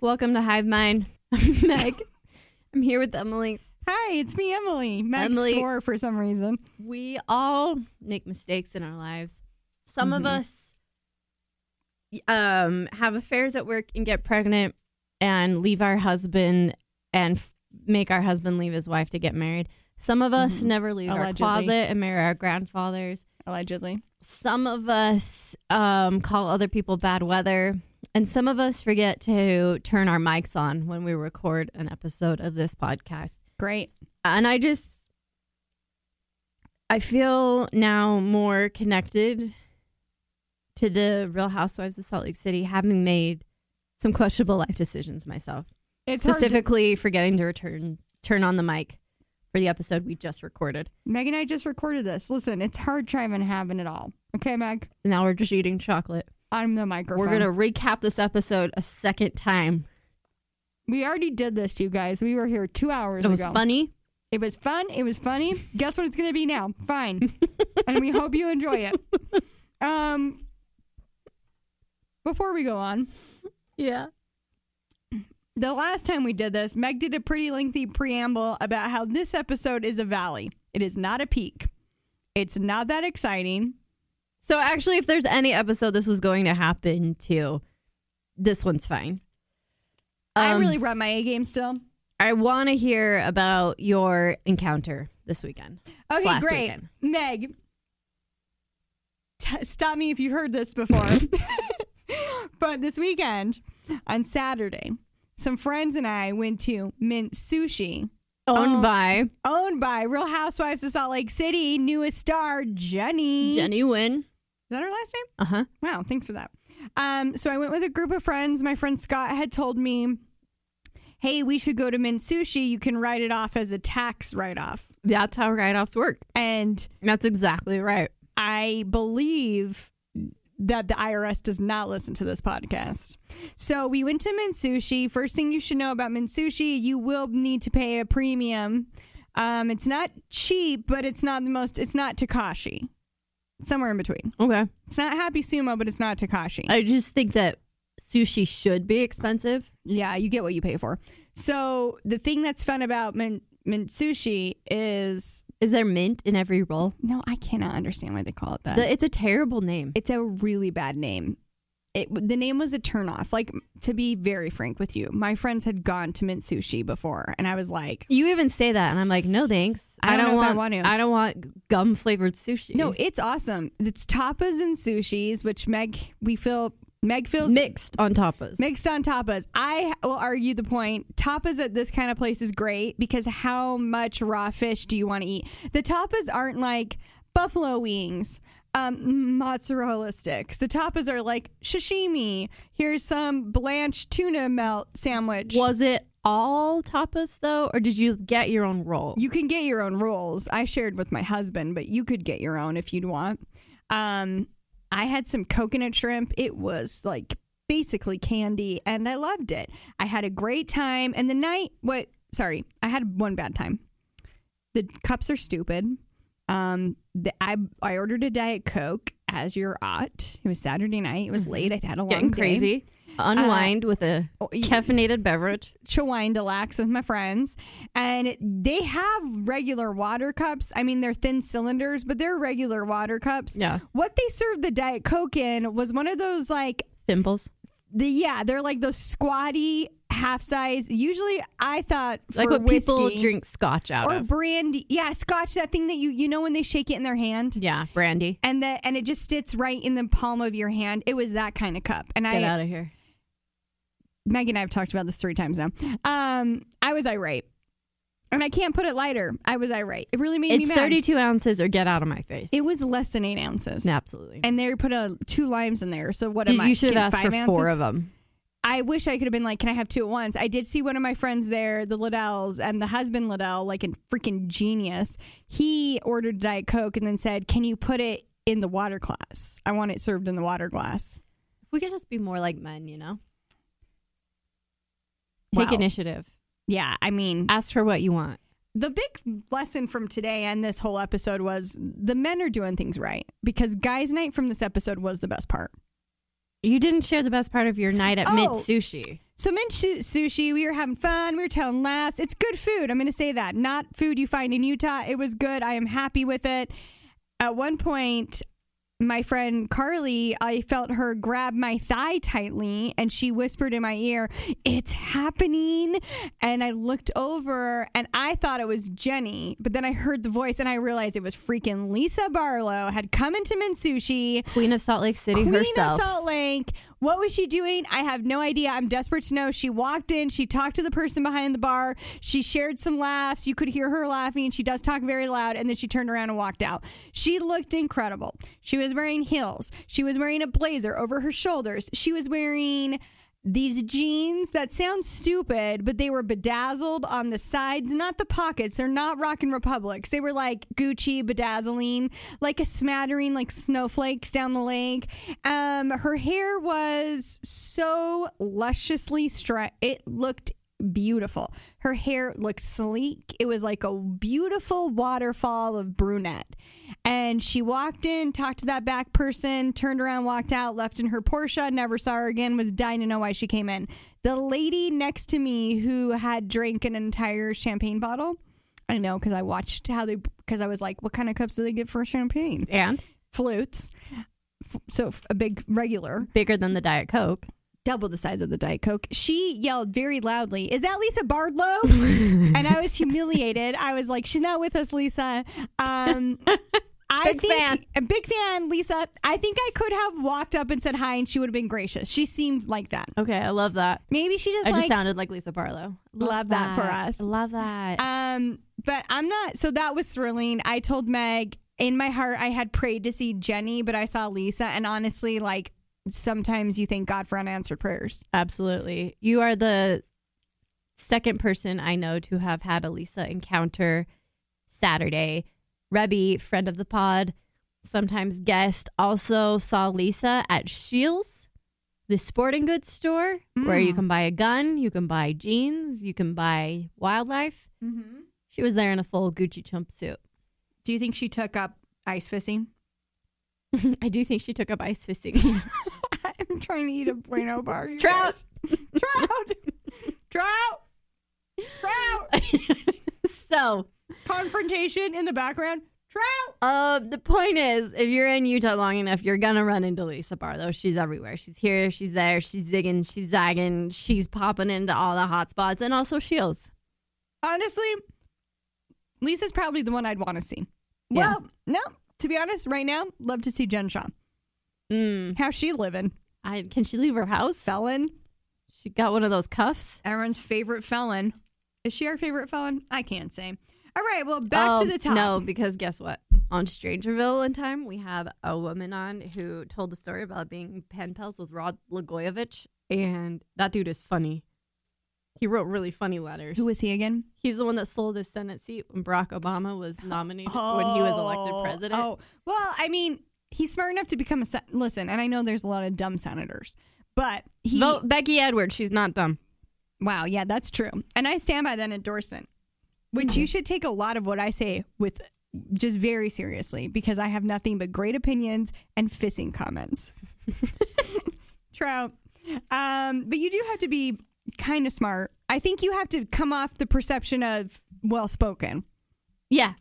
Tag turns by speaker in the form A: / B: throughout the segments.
A: Welcome to Hive Mind. I'm Meg. I'm here with Emily.
B: Hi, it's me, Emily. Meg
A: Emily.
B: sore for some reason.
A: We all make mistakes in our lives. Some of
B: Mhm.
A: us um, have affairs at work and get pregnant and leave our husband and f- make our husband leave his wife to get married. Some of us
B: Mhm.
A: never leave
B: Allegedly.
A: our closet and marry our grandfathers.
B: Allegedly.
A: some of us um, call other people bad weather, and some of us forget to turn our mics on when we record an episode of this podcast.
B: Great.
A: And I just, I feel now more connected to the Real Housewives of Salt Lake City, having made some questionable life decisions myself,
B: It's Hard
A: specifically forgetting to return turn on the mic for the episode we just recorded.
B: to, Meg and I just recorded this. Listen, it's hard trying having it all. Okay, Meg?
A: Now we're just eating chocolate.
B: I'm the microphone.
A: We're gonna recap this episode a second time.
B: We already did this, you guys. We were here two hours
A: It was
B: ago.
A: funny.
B: It was fun. It was funny. Guess what it's going to be now? Fine. and we hope you enjoy it. Um, before we go on,
A: Yeah.
B: the last time we did this, Meg did a pretty lengthy preamble about how this episode is a valley. It is not a peak. It's not that exciting.
A: So actually, if there's any episode this was going to happen to, this one's fine.
B: I
A: Um,
B: really run my A game still.
A: I want to hear about your encounter this weekend.
B: Okay,
A: last
B: great.
A: weekend.
B: Meg, t- stop me if you heard this before. but this weekend, on Saturday, some friends and I went to Mint Sushi,
A: Owned
B: Um,
A: by
B: owned by Real Housewives of Salt Lake City, newest star, Jenny.
A: Jenny Wynn.
B: Is that her last name?
A: Uh huh.
B: Wow, thanks for that. Um, so I went with a group of friends. My friend Scott had told me, "Hey, we should go to Mint Sushi. You can write it off as a tax write-off."
A: That's how write-offs work.
B: And
A: That's exactly right.
B: I believe that the IRS does not listen to this podcast. So we went to Mint Sushi. First thing you should know about Mint Sushi, you will need to pay a premium. Um, it's not cheap, but it's not the most. It's not Takashi. Somewhere in between.
A: Okay.
B: It's not Happy Sumo, but it's not Takashi.
A: I just think that sushi should be expensive.
B: Yeah, you get what you pay for. So the thing that's fun about mint, mint sushi is
A: Is there mint in every roll?
B: no, I cannot understand why they call it that.
A: The- it's a terrible name.
B: it's a really bad name. It the name was a turnoff. Like to be very frank with you, my friends had gone to mint sushi before, and I was like,
A: You even say that, and I'm like, no thanks.
B: I don't know if
A: want.
B: I want to.
A: I don't want gum flavored sushi.
B: no, it's awesome. It's tapas and sushis, which Meg we feel Meg feels
A: mixed on tapas.
B: Mixed on tapas. I will argue the point. Tapas at this kind of place is great because how much raw fish do you want to eat? The tapas aren't like buffalo wings, um, mozzarella sticks. The tapas are like sashimi. Here's some blanched tuna melt sandwich.
A: Was it all tapas though, or did you get your own roll?
B: You can get your own rolls. I shared with my husband, but you could get your own if you'd want. Um, I had some coconut shrimp. It was like basically candy, and I loved it. I had a great time. And the night, what? Sorry, I had one bad time. The cups are stupid. Um, the, I I ordered a diet coke as your ought. It was Saturday night. It was late. I'd had a long
A: Mm-hmm. Getting
B: day.
A: crazy. Unwind with a
B: Oh, you-
A: caffeinated beverage.
B: Chewine Deluxe with my friends, and it- they have regular water cups. I mean, they're thin cylinders, but they're regular water cups.
A: Yeah,
B: What they served the Diet Coke in was one of those like
A: thimbles,
B: the yeah, they're like those squatty half size. Usually, I thought for
A: like what people
B: whiskey
A: drink scotch out
B: or
A: of.
B: brandy. Yeah, Scotch, that thing that you you know when they shake it in their hand.
A: Yeah, brandy.
B: And that and it just sits right in the palm of your hand. It was that kind of cup. And
A: Get
B: I
A: out of here.
B: Meg and I have talked about this three times now. Um, I was irate. And I can't put it lighter. I was irate. It really made me
A: It's
B: mad.
A: 32 ounces, or get out of my face.
B: It was less than eight ounces.
A: Absolutely.
B: And they put uh two limes in there. So what
A: Did-
B: am I?
A: you should have
B: getting
A: asked for
B: five
A: four
B: ounces?
A: of them.
B: I wish I could have been like, can I have two at once? I did see one of my friends there, the Liddells, and the husband Liddell, like a freaking genius. He ordered Diet Coke and then said, can you put it in the water glass? I want it served in the water glass.
A: If we could just be more like men, you know. Take
B: Wow.
A: initiative.
B: Yeah, I mean,
A: Ask for what you want.
B: the big lesson from today and this whole episode was the men are doing things right because guys night from this episode was the best part
A: You didn't share the best part of your night at
B: Oh.
A: Mint Sushi.
B: So mint su- sushi, we were having fun. We were telling laughs. It's good food. I'm going to say that. Not food you find in Utah. It was good. I am happy with it. At one point, my friend Carly, I felt her grab my thigh tightly and she whispered in my ear, It's happening. And I looked over and I thought it was Jenny, but then I heard the voice and I realized it was freaking Lisa Barlow had come into Minsushi.
A: Queen of Salt Lake City
B: Queen
A: herself.
B: of Salt Lake. What was she doing? I have no idea. I'm desperate to know. She walked in, she talked to the person behind the bar, she shared some laughs. You could hear her laughing. She does talk very loud, and then she turned around and walked out. She looked incredible. She was wearing heels, she was wearing a blazer over her shoulders, she was wearing. These jeans that sound stupid, but they were bedazzled on the sides, not the pockets. They're not Rockin' Republics. They were like Gucci bedazzling, like a smattering, like snowflakes down the lake. Um, her hair was so lusciously straight; it looked beautiful. Her hair looked sleek. It was like a beautiful waterfall of brunette. And she walked in, talked to that back person, turned around, walked out, left in her Porsche, never saw her again, was dying to know why she came in. The lady next to me who had drank an entire champagne bottle. I know because I watched how they, because I was like, what kind of cups do they get for champagne?
A: and
B: Flutes. F- So a big regular
A: bigger than the Diet Coke.
B: double the size of the Diet Coke. She yelled very loudly, Is that Lisa Bardlow? and I was humiliated. I was like, She's not with us, Lisa. Um, I
A: Big
B: think
A: fan.
B: a big fan, Lisa. I think I could have walked up and said hi and she would have been gracious. She seemed like that.
A: Okay, I love that.
B: Maybe she just
A: I
B: likes
A: just sounded like Lisa Barlow.
B: Love that for us.
A: Love that.
B: Um, but I'm not. So that was thrilling. I told Meg in my heart I had prayed to see Jenny, but I saw Lisa. And honestly, like sometimes you thank God for unanswered prayers.
A: Absolutely. You are the second person I know to have had a Lisa encounter Saturday. Rebby, friend of the pod, sometimes guest, also saw Lisa at Shields, the sporting goods store where you
B: Mm.
A: can buy a gun, you can buy jeans, you can buy wildlife.
B: Mm-hmm.
A: She was there in a full Gucci jumpsuit.
B: Do you think she took up ice fishing?
A: I do think she took up ice fishing.
B: I'm trying to eat a bueno bar. you
A: Trout.
B: guys. trout, trout, trout.
A: so,
B: Confrontation in the background. Trout.
A: Uh, the point is, if you're in Utah long enough, you're gonna run into Lisa Barlow. She's everywhere. She's here. She's there. She's zigging. She's zagging. She's popping into all the hot spots and also Shields.
B: Honestly, Lisa's probably the one I'd want to see.
A: Yeah.
B: Well, no. To be honest, right now, love to see Jen Shaw.
A: Mm.
B: How's she living?
A: I can she leave her house?
B: Felon.
A: She got one of those cuffs.
B: Everyone's favorite felon. Is she our favorite felon? I can't say. All right. Well, back
A: Oh,
B: to the top.
A: No, because guess what? On Strangerville in time, we have a woman on who told a story about being pen pals with Rod Blagojevich, and that dude is funny. He wrote really funny letters.
B: Who is he again?
A: He's the one that sold his Senate seat when Barack Obama was nominated when he was
B: Oh,
A: elected president.
B: Oh, well, I mean, he's smart enough to become a sen- listen. And I know there's a lot of dumb senators, but he.
A: Vote Becky Edwards. She's not dumb.
B: Wow, yeah, that's true. And I stand by that endorsement, which
A: Mm-hmm.
B: you should take a lot of what I say with just very seriously because I have nothing but great opinions and fissing comments. Trout. Um, but you do have to be kind of smart. I think you have to come off the perception of well spoken.
A: Yeah.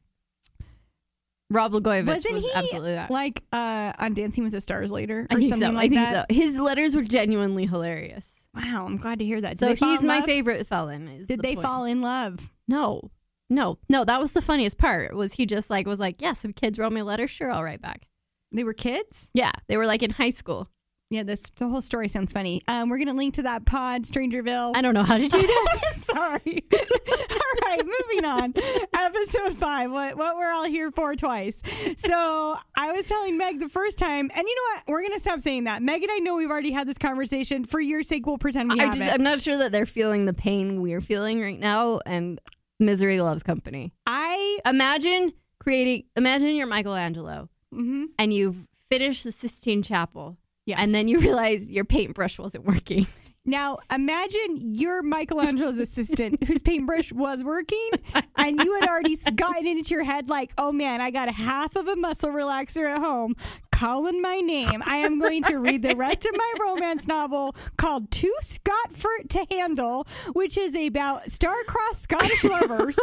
A: Rob Blagojevich
B: Wasn't
A: was
B: he
A: absolutely that.
B: like uh, on Dancing with the Stars later
A: I
B: or
A: think
B: something
A: so.
B: like
A: I think
B: that.
A: so. His letters were genuinely hilarious.
B: Wow, I'm glad to hear that. Did
A: So
B: they fall
A: he's
B: in
A: my
B: love?
A: favorite felon. Is
B: Did
A: the
B: they
A: point.
B: fall in love?
A: No, no, no. That was the funniest part. Was he just like was like, yeah, some kids wrote me a letter. Sure, I'll write back.
B: They were kids.
A: Yeah, they were like in high school.
B: Yeah, this the whole story sounds funny. Um, we're gonna link to that pod, Strangerville.
A: I don't know how to do that.
B: Sorry. all right, moving on. Episode five. What what we're all here for twice. So I was telling Meg the first time, and you know what? We're gonna stop saying that. Meg and I know we've already had this conversation. For your sake, we'll pretend we
A: I
B: haven't.
A: just, I'm not sure that they're feeling the pain we're feeling right now. And misery loves company.
B: I
A: imagine creating imagine you're michelangelo
B: mhm,
A: and you've finished the sistine chapel
B: yes.
A: and then you realize your paintbrush wasn't working
B: Now, imagine you're Michelangelo's assistant whose paintbrush was working, and you had already gotten it into your head like, oh man, I got a half of a muscle relaxer at home. calling my name. I am going to read the rest of my romance novel called Too Scotfort to Handle, which is about star-crossed Scottish lovers.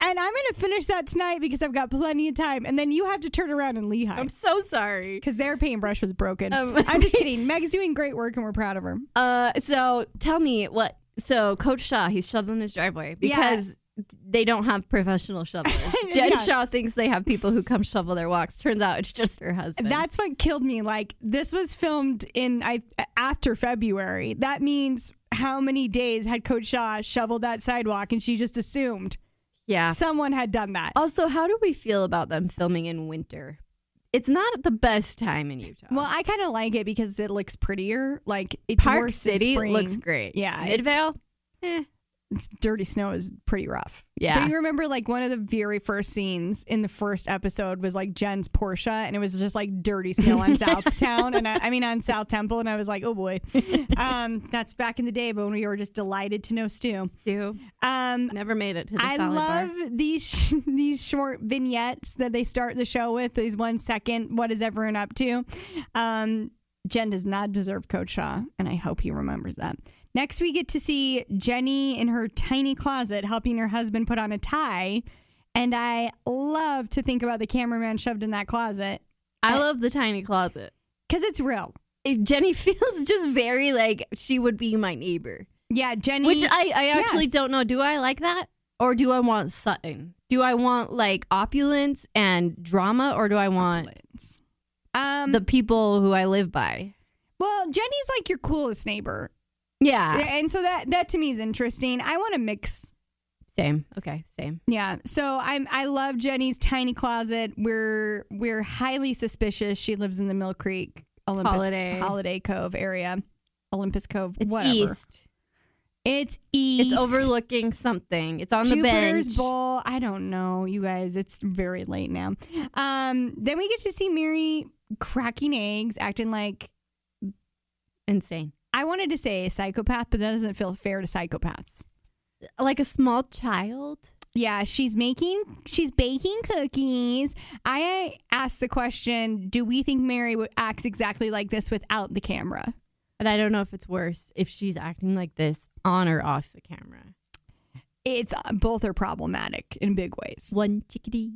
B: And I'm going to finish that tonight because I've got plenty of time. And then you have to turn around in Lehigh
A: I'm so sorry.
B: because their paintbrush was broken.
A: Um,
B: I'm just kidding. Meg's doing great work and we're proud of her.
A: Uh, so tell me what. So Coach Shaw, he's shoveling his driveway because they don't have professional shovelers. Jen
B: Yeah.
A: Shaw thinks they have people who come shovel their walks. Turns out it's just her husband.
B: That's what killed me. Like this was filmed in I after February. That means how many days had Coach Shaw shoveled that sidewalk and she just assumed
A: yeah.
B: someone had done that.
A: Also, how do we feel about them filming in winter? It's not the best time in Utah.
B: Well, I kind of like it because it looks prettier. Like it's
A: Park
B: worse in
A: City
B: spring.
A: looks great.
B: Yeah, it's-
A: Midvale. Eh.
B: It's- dirty snow is pretty rough.
A: Yeah.
B: Do you remember like one of the very first scenes in the first episode was like Jen's Porsche and it was just like dirty snow on Southtown and I, I mean on South Temple and I was like, oh boy, um, that's back in the day, but when we were just delighted to know Stu.
A: Do
B: Um,
A: never made it to the
B: I
A: salad
B: love
A: bar.
B: these sh- these short vignettes that they start the show with. These one second, what is everyone up to? Um, Jen does not deserve Coach Shaw, and I hope he remembers that. Next, we get to see Jenny in her tiny closet helping her husband put on a tie, and I love to think about the cameraman shoved in that closet
A: I love the tiny closet.
B: because it's real.
A: It- Jenny feels just very like she would be my neighbor.
B: Yeah, Jenny.
A: Which I, I actually
B: Yes.
A: don't know. Do I like that? Or do I want Sutton? Do I want like opulence and drama? Or do I want
B: um,
A: the people who I live by?
B: well, Jenny's like your coolest neighbor,
A: Yeah.
B: and so that that to me is interesting. I want to mix
A: Same. Okay. Same.
B: Yeah. So I'm I love Jenny's tiny closet. We're we're highly suspicious. She lives in the Mill Creek Olympus
A: Holiday.
B: Holiday Cove area. Olympus Cove,
A: It's
B: whatever.
A: east.
B: It's east.
A: It's overlooking something. It's on the
B: Jupiter's
A: bench.
B: Bowl. I don't know, you guys. It's very late now. Um, then we get to see Mary cracking eggs, acting like
A: Insane.
B: I wanted to say a psychopath, but that doesn't feel fair to psychopaths.
A: Like a small child.
B: Yeah, she's making she's baking cookies. I asked the question, do we think Mary would acts exactly like this without the camera?
A: And I don't know if it's worse if she's acting like this on or off the camera.
B: It's uh, both are problematic in big ways.
A: One chickadee,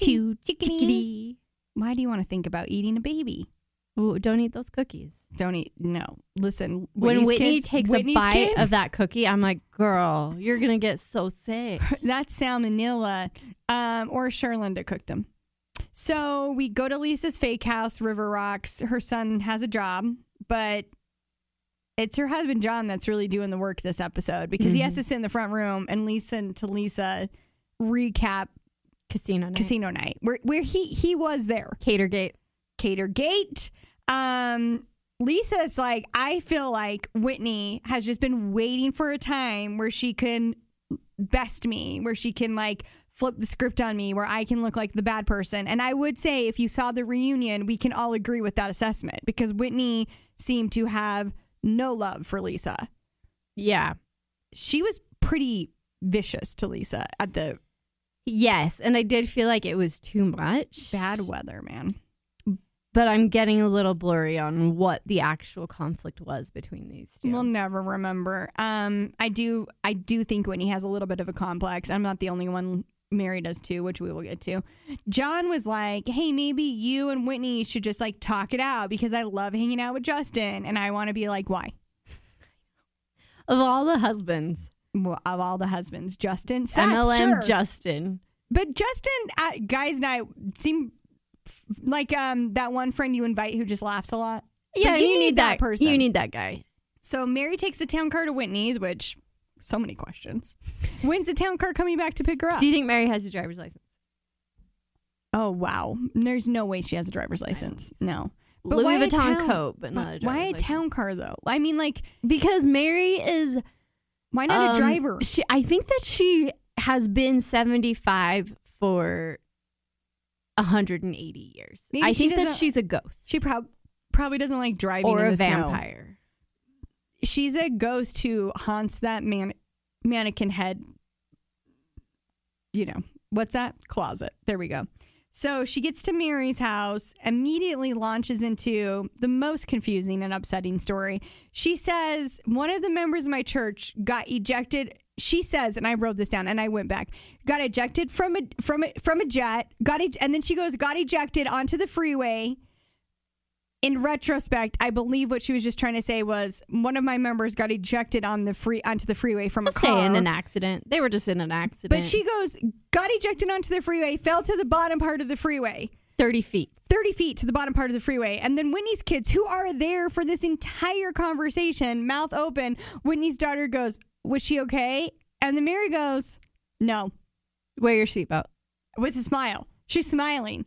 A: two
B: chickadee.
A: chickadee.
B: Why do you want to think about eating a baby?
A: Ooh, don't eat those cookies.
B: Don't eat no. Listen,
A: when
B: Whitney's
A: Whitney
B: kids-
A: takes
B: Whitney's
A: a bite
B: kids-
A: of that cookie, I'm like, girl, you're gonna get so sick.
B: That's salmonella, um, or Sherlinda cooked them. So we go to Lisa's fake house, River Rocks. Her son has a job, but it's her husband John that's really doing the work this episode because he has to sit in the front room and listen to Lisa recap
A: Casino night.
B: Casino Night, where where he he was there.
A: Catergate.
B: Cater Gate. Um, Lisa's like, I feel like Whitney has just been waiting for a time where she can best me, where she can like flip the script on me, where I can look like the bad person. And I would say, if you saw the reunion, we can all agree with that assessment because Whitney seemed to have no love for Lisa.
A: Yeah.
B: She was pretty vicious to Lisa at the
A: Yes, and I did feel like it was too much.
B: bad weather, man.
A: But I'm getting a little blurry on what the actual conflict was between these two.
B: We'll never remember. Um, I do, I do think Whitney has a little bit of a complex. I'm not the only one. Mary does too, which we will get to. John was like, "Hey, maybe you and Whitney should just like talk it out because I love hanging out with Justin, and I want to be like, why?
A: of all the husbands,
B: Well, Of all the husbands, Justin, Seth,
A: MLM
B: sure.
A: Justin.
B: but Justin at guys night seem f- like um that one friend you invite who just laughs a lot.
A: Yeah,
B: But
A: you, need, that
B: person.
A: You need that guy.
B: So Mary takes the town car to Whitney's, which so many questions. When's the town car coming back to pick her up?
A: Do you think Mary has a driver's license?
B: Oh wow! There's no way she has a driver's license. No. But why
A: Louis
B: a
A: Vuitton
B: town-
A: coat, but not a
B: But
A: driver's
B: why a
A: license.
B: town car though? I mean, like,
A: Because Mary is
B: why not
A: Um,
B: a driver?
A: She, I think that she has been 75 for 180 years.
B: Maybe
A: I
B: she
A: think that
B: doesn't-
A: she's a ghost
B: She prob- probably doesn't like driving
A: or
B: in
A: a
B: the snow.
A: vampire.
B: She's a ghost who haunts that man mannequin head. You know what's that closet? There we go. So she gets to Mary's house, immediately launches into the most confusing and upsetting story. She says, One of the members of my church got ejected. She says, and I wrote this down and I went back, got ejected from a from a from a jet, got ej- and then she goes, got ejected onto the freeway. In retrospect, I believe what she was just trying to say was one of my members got ejected on the free onto the freeway from a
A: Just
B: car.
A: say in an accident. They were just in an accident.
B: But she goes, got ejected onto the freeway, fell to the bottom part of the freeway,
A: 30 feet.
B: 30 feet to the bottom part of the freeway. And then Whitney's kids, who are there for this entire conversation, mouth open, Whitney's daughter goes, Was she okay? And then Mary goes, No,
A: Wear your seatbelt.
B: with a smile. She's smiling.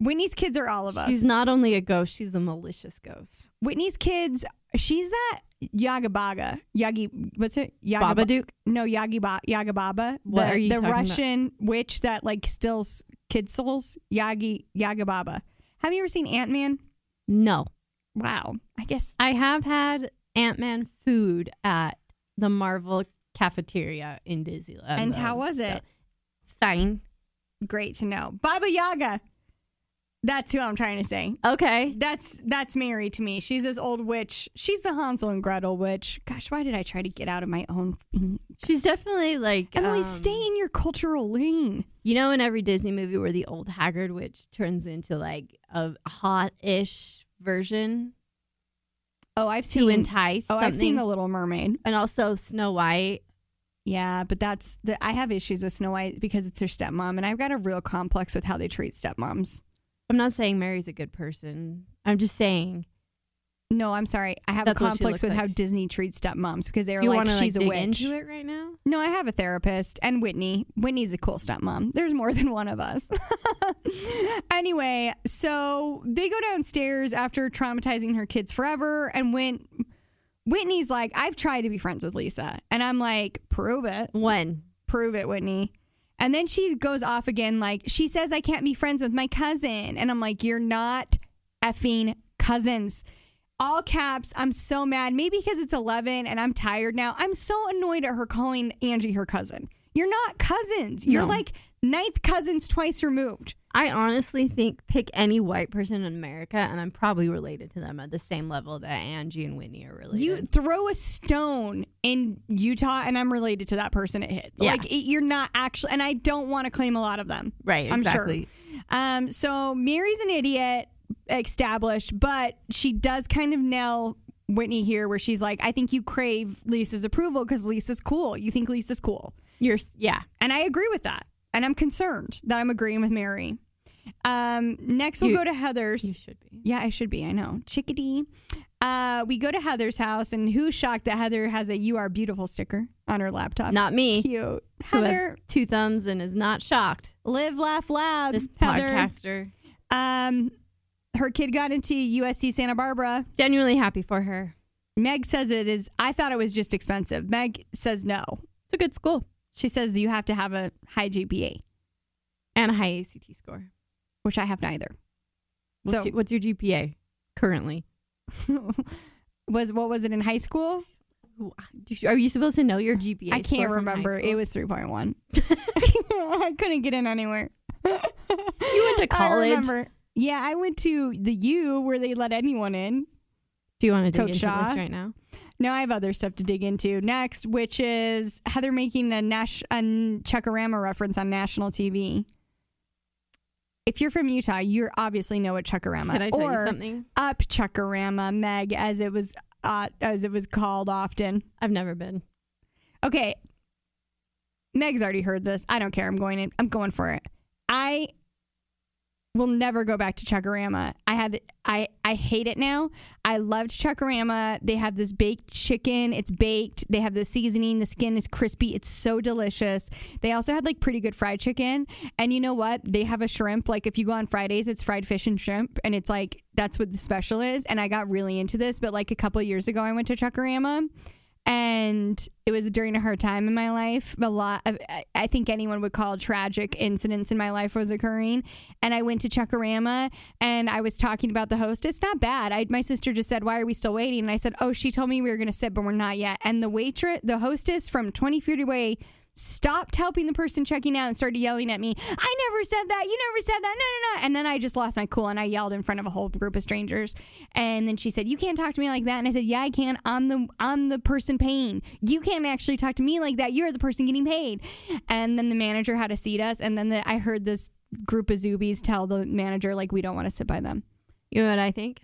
B: Whitney's kids are all of us.
A: She's not only a ghost, she's a malicious ghost.
B: Whitney's kids, she's that Yagabaga. Yagi, what's it? Yagaba-
A: Baba Duke.
B: No, Yagi ba- Yagababa.
A: What
B: the,
A: are you
B: The
A: talking about?
B: Russian witch that like steals kids' souls. Yagi Yagababa. Have you ever seen Ant Man?
A: No.
B: Wow. I guess
A: I have had Ant Man food at the Marvel cafeteria in Disneyland.
B: And
A: though,
B: how was
A: so-
B: it?
A: Fine.
B: great to know. Baba Yaga. That's who I'm trying to say.
A: Okay.
B: That's that's Mary to me. She's this old witch. She's the Hansel and Gretel witch. Gosh, why did I try to get out of my own?
A: She's definitely like
B: Emily,
A: um,
B: stay in your cultural lane.
A: You know, in every Disney movie where the old Haggard witch turns into like a hot-ish version
B: Oh, I've
A: to entice.
B: Oh,
A: something.
B: I've seen the Little Mermaid.
A: and also Snow White.
B: Yeah, but that's the I have issues with Snow White because it's her stepmom, and I've got a real complex with how they treat stepmoms.
A: I'm not saying Mary's a good person. I'm just saying.
B: No, I'm sorry, I have
A: That's
B: a
A: what she looks
B: complex with
A: like.
B: how Disney treats stepmoms because they're
A: Do you
B: like
A: want to
B: she's
A: dig
B: a witch.
A: into it right now?
B: No, I have a therapist and Whitney. Whitney's a cool stepmom. There's more than one of us. anyway, so they go downstairs after traumatizing her kids forever and went. Whitney's like, I've tried to be friends with Lisa. And I'm like, prove it.
A: When?
B: prove it, Whitney. And then she goes off again, like, she says, I can't be friends with my cousin. And I'm like, you're not effing cousins. All caps. I'm so mad. Maybe because it's 11 and I'm tired now. I'm so annoyed at her calling Angie her cousin. You're not cousins. You're
A: No.
B: like ninth cousins twice removed.
A: I honestly think pick any white person in America, and I'm probably related to them at the same level that Angie and Whitney are related.
B: You throw a stone in Utah and I'm related to that person it hit.
A: Yeah.
B: Like, it, you're not actually, and I don't want to claim a lot of them.
A: right?
B: I'm sure.
A: Exactly.
B: Um, so Mary's an idiot, established, but she does kind of nail Whitney here, where she's like, I think you crave Lisa's approval because Lisa's cool. You think Lisa's cool.
A: You're s- yeah.
B: And I agree with that. And I'm concerned that I'm agreeing with Mary. Um, next, we'll
A: You-
B: go to Heather's.
A: You should be.
B: Yeah, I should be. I know. Chickadee. Uh, we go to Heather's house, and who's shocked that Heather has a You Are Beautiful sticker on her laptop?
A: Not me,
B: cute.
A: who
B: Heather,
A: has two thumbs and is not shocked.
B: live, laugh, loud.
A: This
B: Heather.
A: podcaster
B: Um, her kid got into USC Santa Barbara.
A: genuinely happy for her.
B: Meg says it is. I thought it was just expensive. Meg says no.
A: It's a good school
B: She says you have to have a high GPA,
A: and a high ACT score.
B: which I have neither.
A: What's,
B: So-
A: your, what's your GPA currently?
B: was what was it in high school?
A: Do you- Are you supposed to know your GPA? score
B: I can't
A: from high
B: remember.
A: school?
B: It was three point one. I couldn't get in anywhere. you went
A: to college.
B: Yeah, I went to the U where they let anyone in.
A: Do you want to dig
B: Coach
A: into
B: Shaw.
A: this right now?
B: Now I have other stuff to dig into next, which is Heather making a Nash a Chuckarama reference on national TV. If you're from Utah, you obviously know what Chuckarama
A: Can I tell
B: or
A: you something?
B: Up Chuckarama, Meg, as it was uh, as it was called often.
A: I've never been.
B: Okay, Meg's already heard this. I don't care. I'm going. In, I'm going for it. I will never go back to Chuckarama. I had I I hate it now. I loved Chuckarama. They have this baked chicken. It's baked. They have the seasoning. The skin is crispy. It's so delicious. They also had like pretty good fried chicken. And you know what? They have a shrimp. Like if you go on Fridays, it's fried fish and shrimp, and it's like that's what the special is. And I got really into this, but like a couple of years ago, I went to Chuckarama. And it was during a hard time in my life. A lot of, I- I think anyone would call tragic incidents in my life was occurring and I went to Chuckarama and I was talking about the hostess. Not bad. I, my sister just said, "Why are we still waiting?" And I said, "Oh, she told me we were going to sit, but we're not yet." And the waitress, the hostess from Twenty Feet Away, stopped helping the person checking out and started yelling at me, I never said that. You never said that. No, no, no. And then I just lost my cool and I yelled in front of a whole group of strangers. And then she said, You can't talk to me like that. And I said, Yeah, I can. I'm the I'm the person paying. You can't actually talk to me like that. You're the person getting paid. And then the manager had to seat us. And then the, I heard this group of Zubies tell the manager, like, we don't want to sit by them.
A: You know what I think?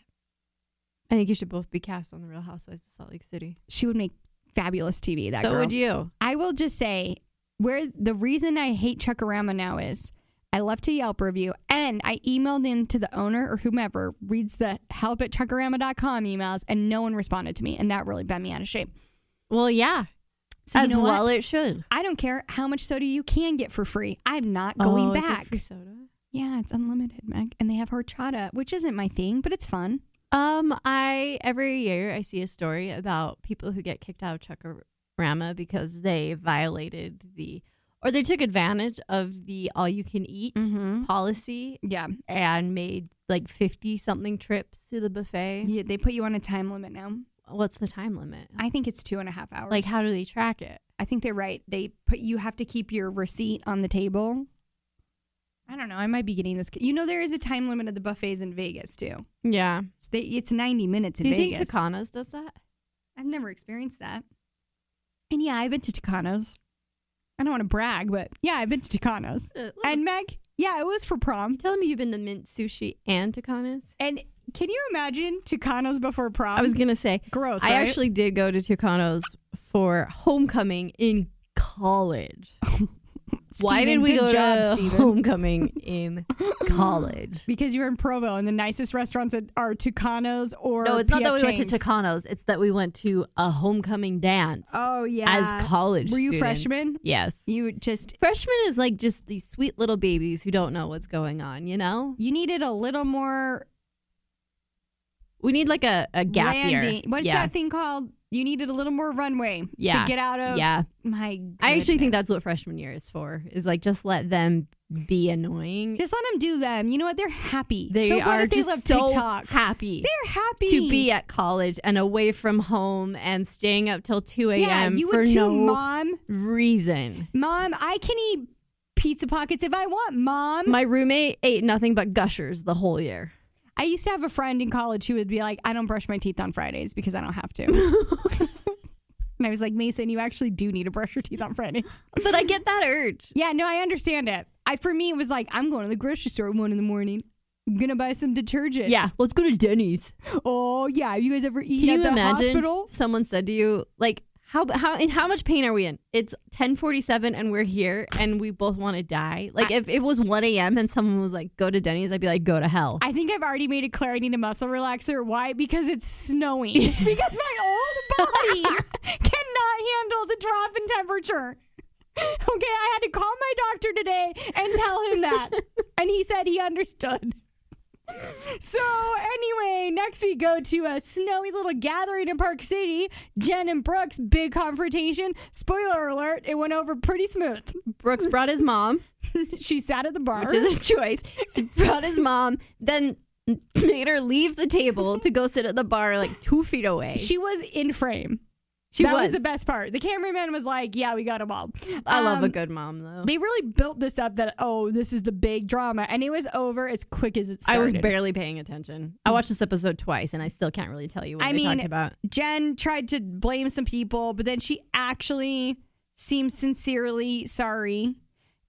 A: I think you should both be cast on The Real Housewives of Salt Lake City.
B: She would make fabulous TV. That
A: so
B: girl.
A: would you.
B: I will just say where the reason I hate Chuckarama now is I left a Yelp review and I emailed in to the owner or whomever reads the help at chuckarama.com emails and no one responded to me and that really bent me out of shape.
A: Well, yeah.
B: So
A: as
B: you know
A: well,
B: what?
A: it should.
B: I don't care how much soda you can get for free. I'm not going
A: Oh, is it
B: back.
A: free soda?
B: yeah, it's unlimited, Meg. And they have horchata, which isn't my thing, but it's fun.
A: Um, I every year I see a story about people who get kicked out of Chuckarama because they violated the or they took advantage of the all you can eat
B: Mhm.
A: policy
B: Yeah.
A: and made like 50 something trips to the buffet.
B: yeah. They put you on a time limit now.
A: What's the time limit?
B: I think it's two and a half hours.
A: Like how do they track it?
B: I think they're right. They put you have to keep your receipt on the table. I don't know. I might be getting this. You know, there is a time limit at the buffets in Vegas too.
A: Yeah.
B: It's, they, it's ninety minutes in
A: Do you
B: Vegas.
A: think Takana's does that?
B: I've never experienced that. And yeah, I've been to Tucano's. I don't want to brag, but yeah, I've been to Tucano's. And
A: Uh, And
B: Meg, yeah, it was for prom.
A: telling me you've been to Mint Sushi and Takana's?
B: And can you imagine Tucano's before prom?
A: I was going to say
B: gross.
A: I
B: right?
A: actually did go to Tucano's for homecoming in college. Why
B: Steven,
A: did we
B: good
A: go
B: job,
A: to
B: Steven.
A: homecoming in college?
B: Because you're in Provo, and the nicest restaurants are Tucano's or
A: No, it's not that we went to
B: Tucano's.
A: Tucano's. It's that we went to a homecoming dance
B: Oh yeah.
A: as college.
B: Were you
A: students.
B: freshman?
A: Yes.
B: You just
A: Freshman is like just these sweet little babies who don't know what's going on. You know,
B: you needed a little more
A: we need like a, a gap year.
B: landing. What's
A: yeah.
B: that thing called? You needed a little more runway
A: Yeah.
B: to get out of.
A: Yeah,
B: My
A: I actually think
B: Oh, goodness.
A: that's what freshman year is for. Is like just let them be annoying.
B: just let them do them. You know what? They're happy.
A: they
B: so what
A: are
B: if they
A: just
B: love
A: so
B: TikTok?
A: happy
B: They're happy
A: to be at college and away from home and staying up till 2 a.m.
B: Yeah, you
A: for
B: would too,
A: no
B: mom.
A: reason.
B: Mom, I can eat pizza pockets if I want, mom.
A: My roommate ate nothing but gushers the whole year.
B: I used to have a friend in college who would be like, I don't brush my teeth on Fridays because I don't have to. and I was like, Mason, you actually do need to brush your teeth on Fridays.
A: But I get that urge.
B: Yeah, no, I understand it. I for me it was like I'm going to the grocery store at one in the morning. I'm gonna buy some detergent.
A: Yeah, let's go to Denny's.
B: Oh yeah. You guys ever eat
A: Can
B: at
A: you
B: the
A: imagine
B: hospital?
A: if someone said to you like how how in how much pain are we in? It's 10:47 and we're here and we both want to die. Like if it was 1 a.m. and someone was like go to Denny's, I'd be like go to hell.
B: I think I've already made it clear I need a muscle relaxer. Why? Because it's snowing. because my old body cannot handle the drop in temperature. Okay, I had to call my doctor today and tell him that. and he said he understood. So, anyway, next we go to a snowy little gathering in Park City. Jen and Brooks' big confrontation. Spoiler alert, it went over pretty smooth.
A: Brooks brought his mom.
B: she sat at the bar.
A: which is his choice. He brought his mom, then made her leave the table to go sit at the bar like two feet away.
B: She was in frame.
A: She
B: that was.
A: was.
B: the best part. The cameraman was like, "Yeah, we got him all."
A: I love a
B: Um,
A: good mom though.
B: They really built this up that oh, this is the big drama, and it was over as quick as it
A: I
B: started.
A: was barely paying attention. I watched this episode twice, and I still can't really tell you what
B: I
A: they
B: mean,
A: talked about.
B: Jen tried to blame some people, but then she actually seems sincerely sorry.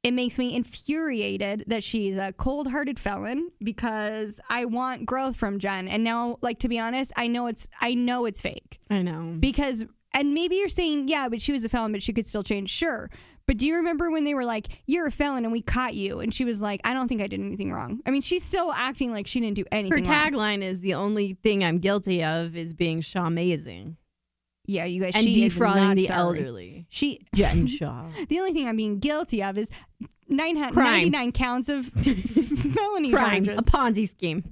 B: It makes me infuriated that she's a cold hearted felon because I want growth from Jen. And now, like to be honest, I know it's I know it's fake.
A: I know.
B: because and maybe you're saying yeah but she was a felon but she could still change sure but do you remember when they were like you're a felon and we caught you and she was like i don't think i did anything wrong i mean she's still acting like she didn't do anything
A: Her
B: wrong.
A: tagline is the only thing I'm guilty of is being Shaw amazing
B: yeah you guys
A: and
B: she is
A: defrauding
B: not
A: the
B: sorry.
A: elderly.
B: she
A: Jen Shaw.
B: the only thing i'm being guilty of is nine hun-
A: Crime.
B: 99 counts of felony
A: Crime. A
B: charges
A: Ponzi scheme.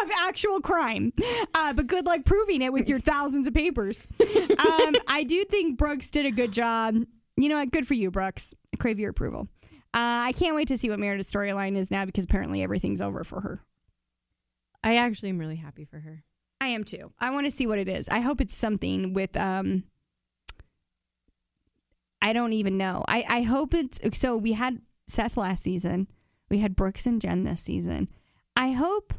B: of actual crime. Uh, but good luck proving it with your thousands of papers. Um, I do think Brooks did a good job. You know what? Good for you, Brooks. I crave your approval. Uh, I can't wait to see what Meredith's storyline is now because apparently everything's over for her.
A: I actually am really happy for her.
B: I am too. I want to see what it is. I hope it's something with um I don't even know. I, I hope it's so we had Seth last season. We had Brooks and Jen this season. I hope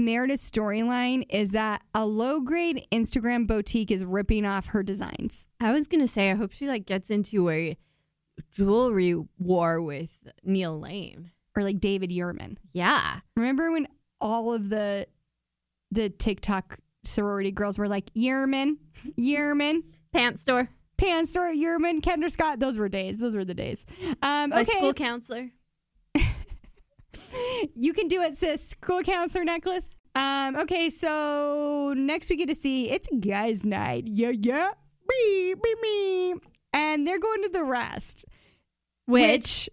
B: Meredith's storyline is that a low grade Instagram boutique is ripping off her designs.
A: I was gonna say I hope she like gets into a jewelry war with Neil Lane.
B: Or like David Yurman.
A: Yeah.
B: Remember when all of the the TikTok sorority girls were like, Yurman, Yurman,
A: Pants store.
B: Pan Store, Yurman, Kendra Scott. Those were days. Those were the days. Um,
A: My
B: okay.
A: school counselor.
B: you can do it, sis. School counselor necklace. Um, okay, so next we get to see it's guys' night. Yeah, yeah. Bee, bee, bee. And they're going to the rest. Which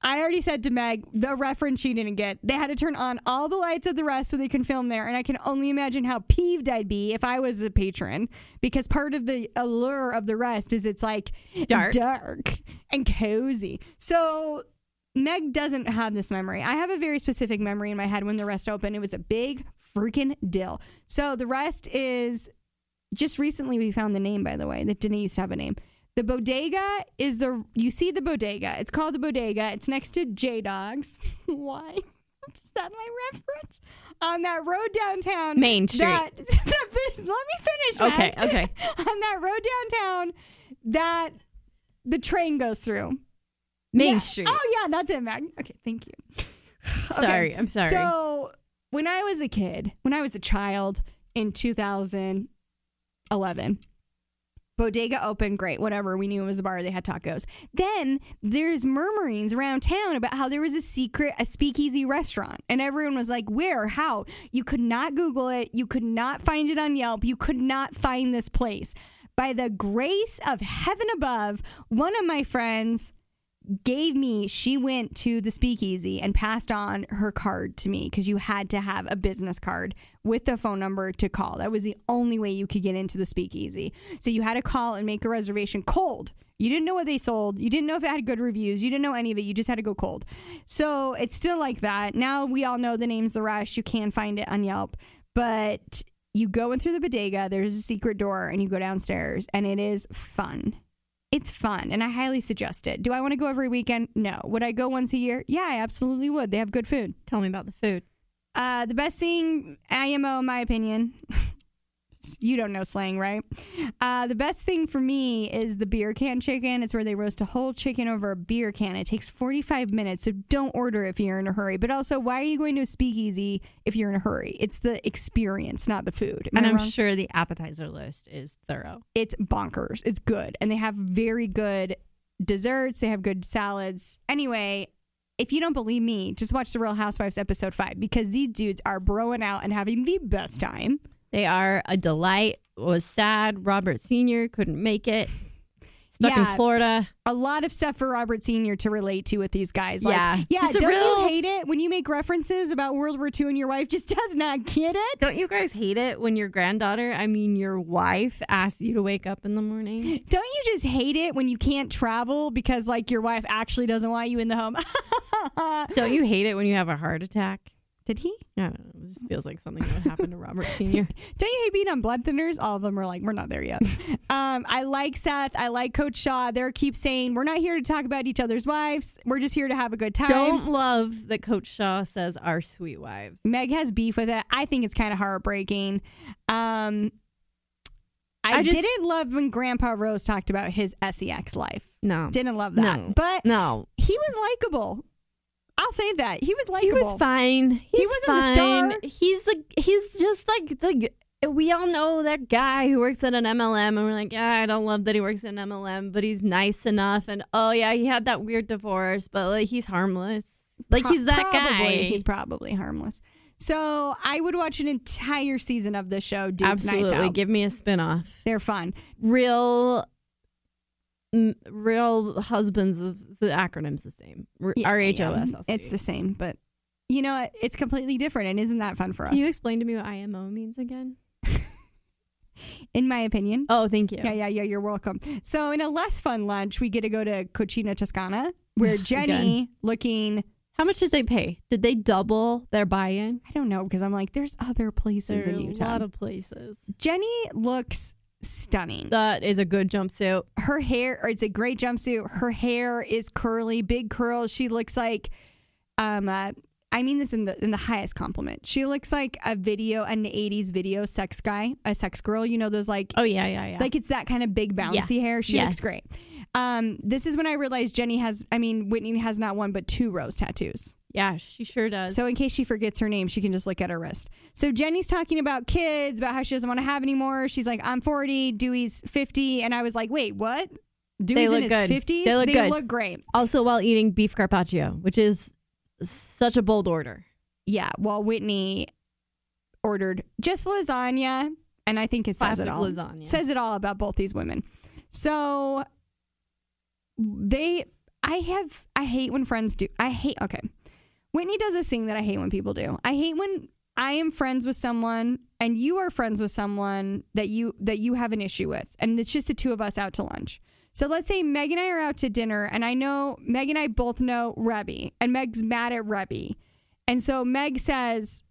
B: I already said to Meg, the reference she didn't get. They had to turn on all the lights at the rest so they can film there. And I can only imagine how peeved I'd be if I was a patron because part of the allure of the rest is it's like
A: Dark.
B: dark and cozy. So Meg doesn't have this memory. I have a very specific memory in my head when the rest opened. It was a big freaking dill. So the rest is just recently we found the name, by the way, that didn't used to have a name. The bodega is the you see the bodega. It's called the bodega. It's next to J Dogs. Why? Is that my reference? On that road downtown.
A: Main Street.
B: that- that- let me finish.
A: Okay,
B: Meg.
A: okay.
B: On that road downtown that the train goes through.
A: Main
B: Yeah.
A: Street.
B: Oh yeah, that's it, Meg. Okay, thank you. Okay.
A: Sorry, I'm sorry.
B: So when I was a kid, when I was a child in 2011, bodega opened, great, whatever. We knew it was a bar. They had tacos. Then there's murmurings around town about how there was a secret, a speakeasy restaurant, and everyone was like, "Where? How?" You could not Google it. You could not find it on Yelp. You could not find this place. By the grace of heaven above, one of my friends gave me she went to the speakeasy and passed on her card to me because you had to have a business card with the phone number to call that was the only way you could get into the speakeasy so you had to call and make a reservation cold you didn't know what they sold you didn't know if it had good reviews you didn't know any of it you just had to go cold so it's still like that now we all know the name's the rush you can find it on yelp but you go in through the bodega there's a secret door and you go downstairs and it is fun it's fun and I highly suggest it. Do I want to go every weekend? No. Would I go once a year? Yeah, I absolutely would. They have good food.
A: Tell me about the food.
B: Uh, the best thing, IMO, in my opinion, you don't know slang, right? Uh, the best thing for me is the beer can chicken. It's where they roast a whole chicken over a beer can. It takes 45 minutes, so don't order if you're in a hurry. But also, why are you going to a speakeasy if you're in a hurry? It's the experience, not the food. Am
A: And
B: I
A: I'm
B: wrong?
A: sure the appetizer list is thorough.
B: it's bonkers. It's good. And they have very good desserts, they have good salads. Anyway, if you don't believe me, just watch The Real Housewives episode 5 because these dudes are broing out and having the best time.
A: They are a delight. Was sad. Robert Sr. couldn't make it. Stuck
B: Yeah.
A: in Florida.
B: A lot of stuff for Robert Sr. to relate to with these guys. Like,
A: Yeah.
B: Yeah.
A: Just a
B: Don't
A: real-
B: you hate it when you make references about World War II and your wife just does not get it?
A: Don't you guys hate it when your granddaughter, I mean your wife, asks you to wake up in the morning?
B: Don't you just hate it when you can't travel because, like, your wife actually doesn't want you in the home?
A: Don't you hate it when you have a heart attack?
B: Did he?
A: I don't know. This feels like something that would happen to Robert Sr.
B: Don't you hate being on blood thinners? All of them are like, we're not there yet. um, I like Seth. I like Coach Shaw. They keep saying we're not here to talk about each other's wives. We're just here to have a good time.
A: Don't love that Coach Shaw says our sweet wives.
B: Meg has beef with it. I think it's kind of heartbreaking. Um, I,
A: I just-
B: didn't love when Grandpa Rose talked about his sex life.
A: No.
B: Didn't love that.
A: No.
B: But
A: No.
B: he was likable. I'll say that he was
A: He
B: likable.
A: was fine. He's
B: wasn't the
A: fine.
B: star.
A: He's the he's just like the we all know that guy who works at an MLM and we're like, yeah, I don't love that he works at an MLM, but he's nice enough and oh yeah, he had that weird divorce, but like he's harmless. Like
B: Pro-
A: he's that
B: probably.
A: guy.
B: He's probably harmless. So I would watch an entire season of this show. Dude, Nights
A: Absolutely.
B: out.
A: Give me a spinoff.
B: They're fun.
A: Real m- real husbands of the acronym's the same. R-
B: Yeah,
A: RHOS.
B: yeah. It's the same, but you know, what? it's completely different, and isn't that fun for us?
A: Can you explain to me what IMO means again?
B: In my opinion.
A: Oh, thank you.
B: Yeah, yeah, yeah. You're welcome. So, in a less fun lunch, we get to go to Cucina Toscana, where Jenny, looking,
A: How much did they pay? Did they double their buy-in?
B: I don't know, because I'm like, there's other places
A: There are
B: in
A: a
B: Utah.
A: lot of places.
B: Jenny looks stunning.
A: That is a good jumpsuit.
B: her hair or it's a great jumpsuit her hair is curly big curls she looks like um uh, i mean this in the in the highest compliment she looks like a video an 80s video sex guy a sex girl you know those like
A: Oh yeah, yeah, yeah.
B: like it's that kind of big bouncy hair she
A: Yeah.
B: looks great um this is when i realized jenny has i mean whitney has not one but two rose tattoos
A: yeah, she sure does.
B: so in case she forgets her name, she can just look at her wrist. So Jenny's talking about kids, about how she doesn't want to have any more. She's like, I'm 40, Dewey's 50. And I was like, wait, what? Dewey's
A: look
B: in his
A: good.
B: 50s?
A: They look good.
B: great.
A: also, while eating beef carpaccio, which is such a bold order.
B: Yeah. Well, Whitney ordered just lasagna. And I think it says
A: Classic
B: it all.
A: lasagna.
B: Says it all about both these women. So they, I have, I hate when friends do, I hate, okay. Whitney does this thing that I hate when people do. I hate when I am friends with someone and you are friends with someone that you that you have an issue with, and it's just the two of us out to lunch. So let's say Meg and I are out to dinner, and I know Meg and I both know Rebby, and Meg's mad at Rebby, and so Meg says,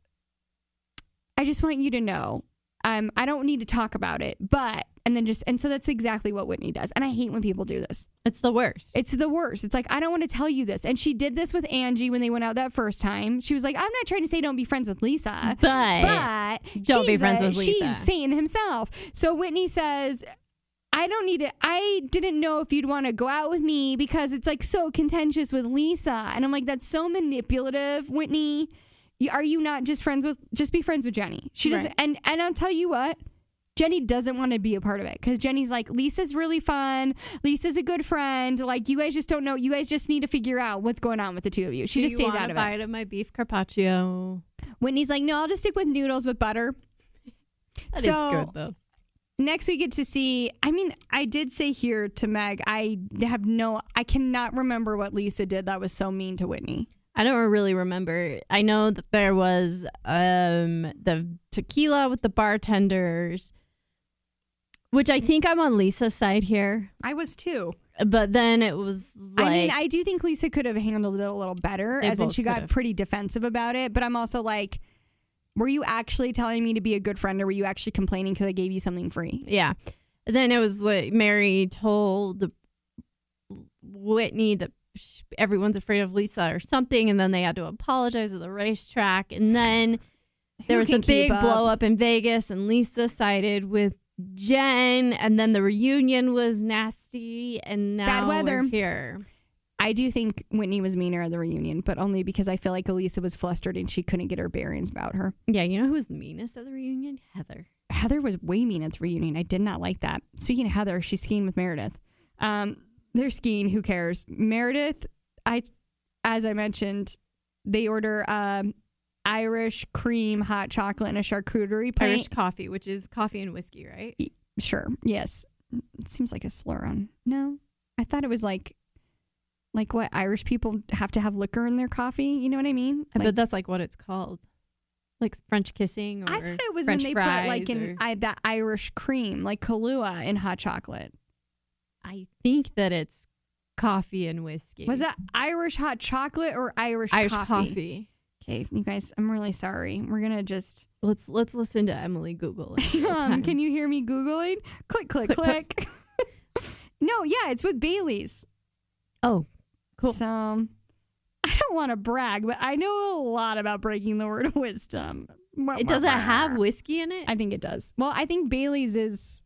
B: "I just want you to know, um, I don't need to talk about it, but." And then just and so that's exactly what Whitney does, and I hate when people do this.
A: It's the worst.
B: It's the worst. It's like, I don't want to tell you this. And she did this with Angie when they went out that first time. She was like, I'm not trying to say don't be friends with Lisa.
A: but,
B: But
A: Don't be
B: she's
A: friends with Lisa.
B: She's Satan himself. So Whitney says, I don't need to. I didn't know if you'd want to go out with me because it's like so contentious with Lisa. And I'm like, that's so manipulative, Whitney. You- Are you not just friends with, just be friends with Jenny? She doesn't.
A: Right.
B: And, and I'll tell you what, Jenny doesn't want to be a part of it because Jenny's like, Lisa's really fun. Lisa's a good friend. Like, you guys just don't know. You guys just need to figure out what's going on with the two of you. She
A: Do
B: just
A: you
B: stays
A: want
B: out
A: a
B: of it.
A: bite of my beef carpaccio.
B: Whitney's like, no, I'll just stick with noodles with butter.
A: That is
B: So-
A: good though.
B: Next, we get to see. I mean, I did say here to Meg, I have no, I cannot remember what Lisa did that was so mean to Whitney.
A: I don't really remember. I know that there was um the tequila with the bartenders, which I think I'm on Lisa's side here.
B: I was too.
A: But then it was like
B: I mean, I do think Lisa could have handled it a little better,
A: They
B: as in
A: both
B: she got
A: could've.
B: pretty defensive about it. But I'm also like, were you actually telling me to be a good friend or were you actually complaining because I gave you something free?
A: yeah. And then it was like Mary told Whitney that sh- everyone's afraid of Lisa or something, and then they had to apologize at the racetrack, and then there
B: Who
A: was the
B: can
A: big
B: keep up?
A: blow up in Vegas, and Lisa sided with Jen, and then the reunion was nasty, and now
B: Bad weather.
A: we're here.
B: I do think Whitney was meaner at the reunion, but only because I feel like Lisa was flustered and she couldn't get her bearings about her.
A: Yeah, you know who was the meanest at the reunion? Heather.
B: Heather was way mean at the reunion. I did not like that. Speaking of Heather, she's skiing with Meredith. Um, they're skiing. Who cares? Meredith, I, as I mentioned, they order um, Irish cream hot chocolate and a charcuterie plate.
A: Irish coffee, which is coffee and whiskey, right?
B: Sure. Yes. It seems like a slur on. No, I thought it was like, like what Irish people have to have liquor in their coffee. You know what I mean?
A: I
B: Like-
A: bet that's like what it's called, like French kissing. Or
B: I thought it was
A: French
B: when they put like
A: fries
B: an
A: or-
B: I, that Irish cream, like Kahlua, in hot chocolate.
A: I think that it's coffee and whiskey.
B: Was that Irish hot chocolate or Irish,
A: Irish
B: coffee?
A: coffee.
B: Okay, you guys, I'm really sorry. We're gonna just.
A: Let's let's listen to Emily Google. it. It's
B: Um,
A: fine.
B: can you hear me googling? Click, click,
A: Click, click.
B: click. no, yeah, it's with Bailey's.
A: oh, Cool.
B: So I don't want to brag, but I know a lot about breaking the word of wisdom.
A: it doesn't have whiskey in it.
B: I think it does. Well, I think Bailey's is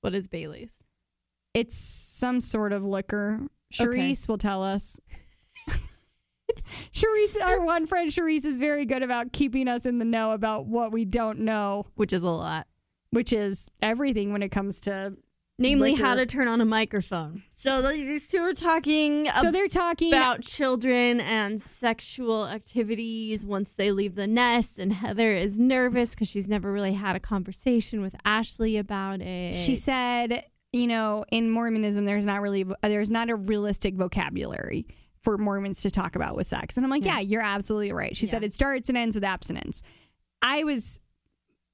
A: what is Bailey's?
B: it's some sort of liquor.
A: Okay.
B: Charisse will tell us. Charisse, our one friend Charisse is very good about keeping us in the know about what we don't know,
A: Which is a lot.
B: which is everything when it comes to.
A: Namely, how
B: Liquor.
A: to turn on a microphone. uh, So th- these two are talking
B: So they're talking.
A: about children and sexual activities once they leave the nest. And Heather is nervous because she's never really had a conversation with Ashley about it.
B: she said, you know, in Mormonism, there's not really, uh, there's not a realistic vocabulary for Mormons to talk about with sex. And I'm like,
A: Yeah.
B: yeah, you're absolutely right. She said
A: Yeah.
B: it starts and ends with abstinence. I was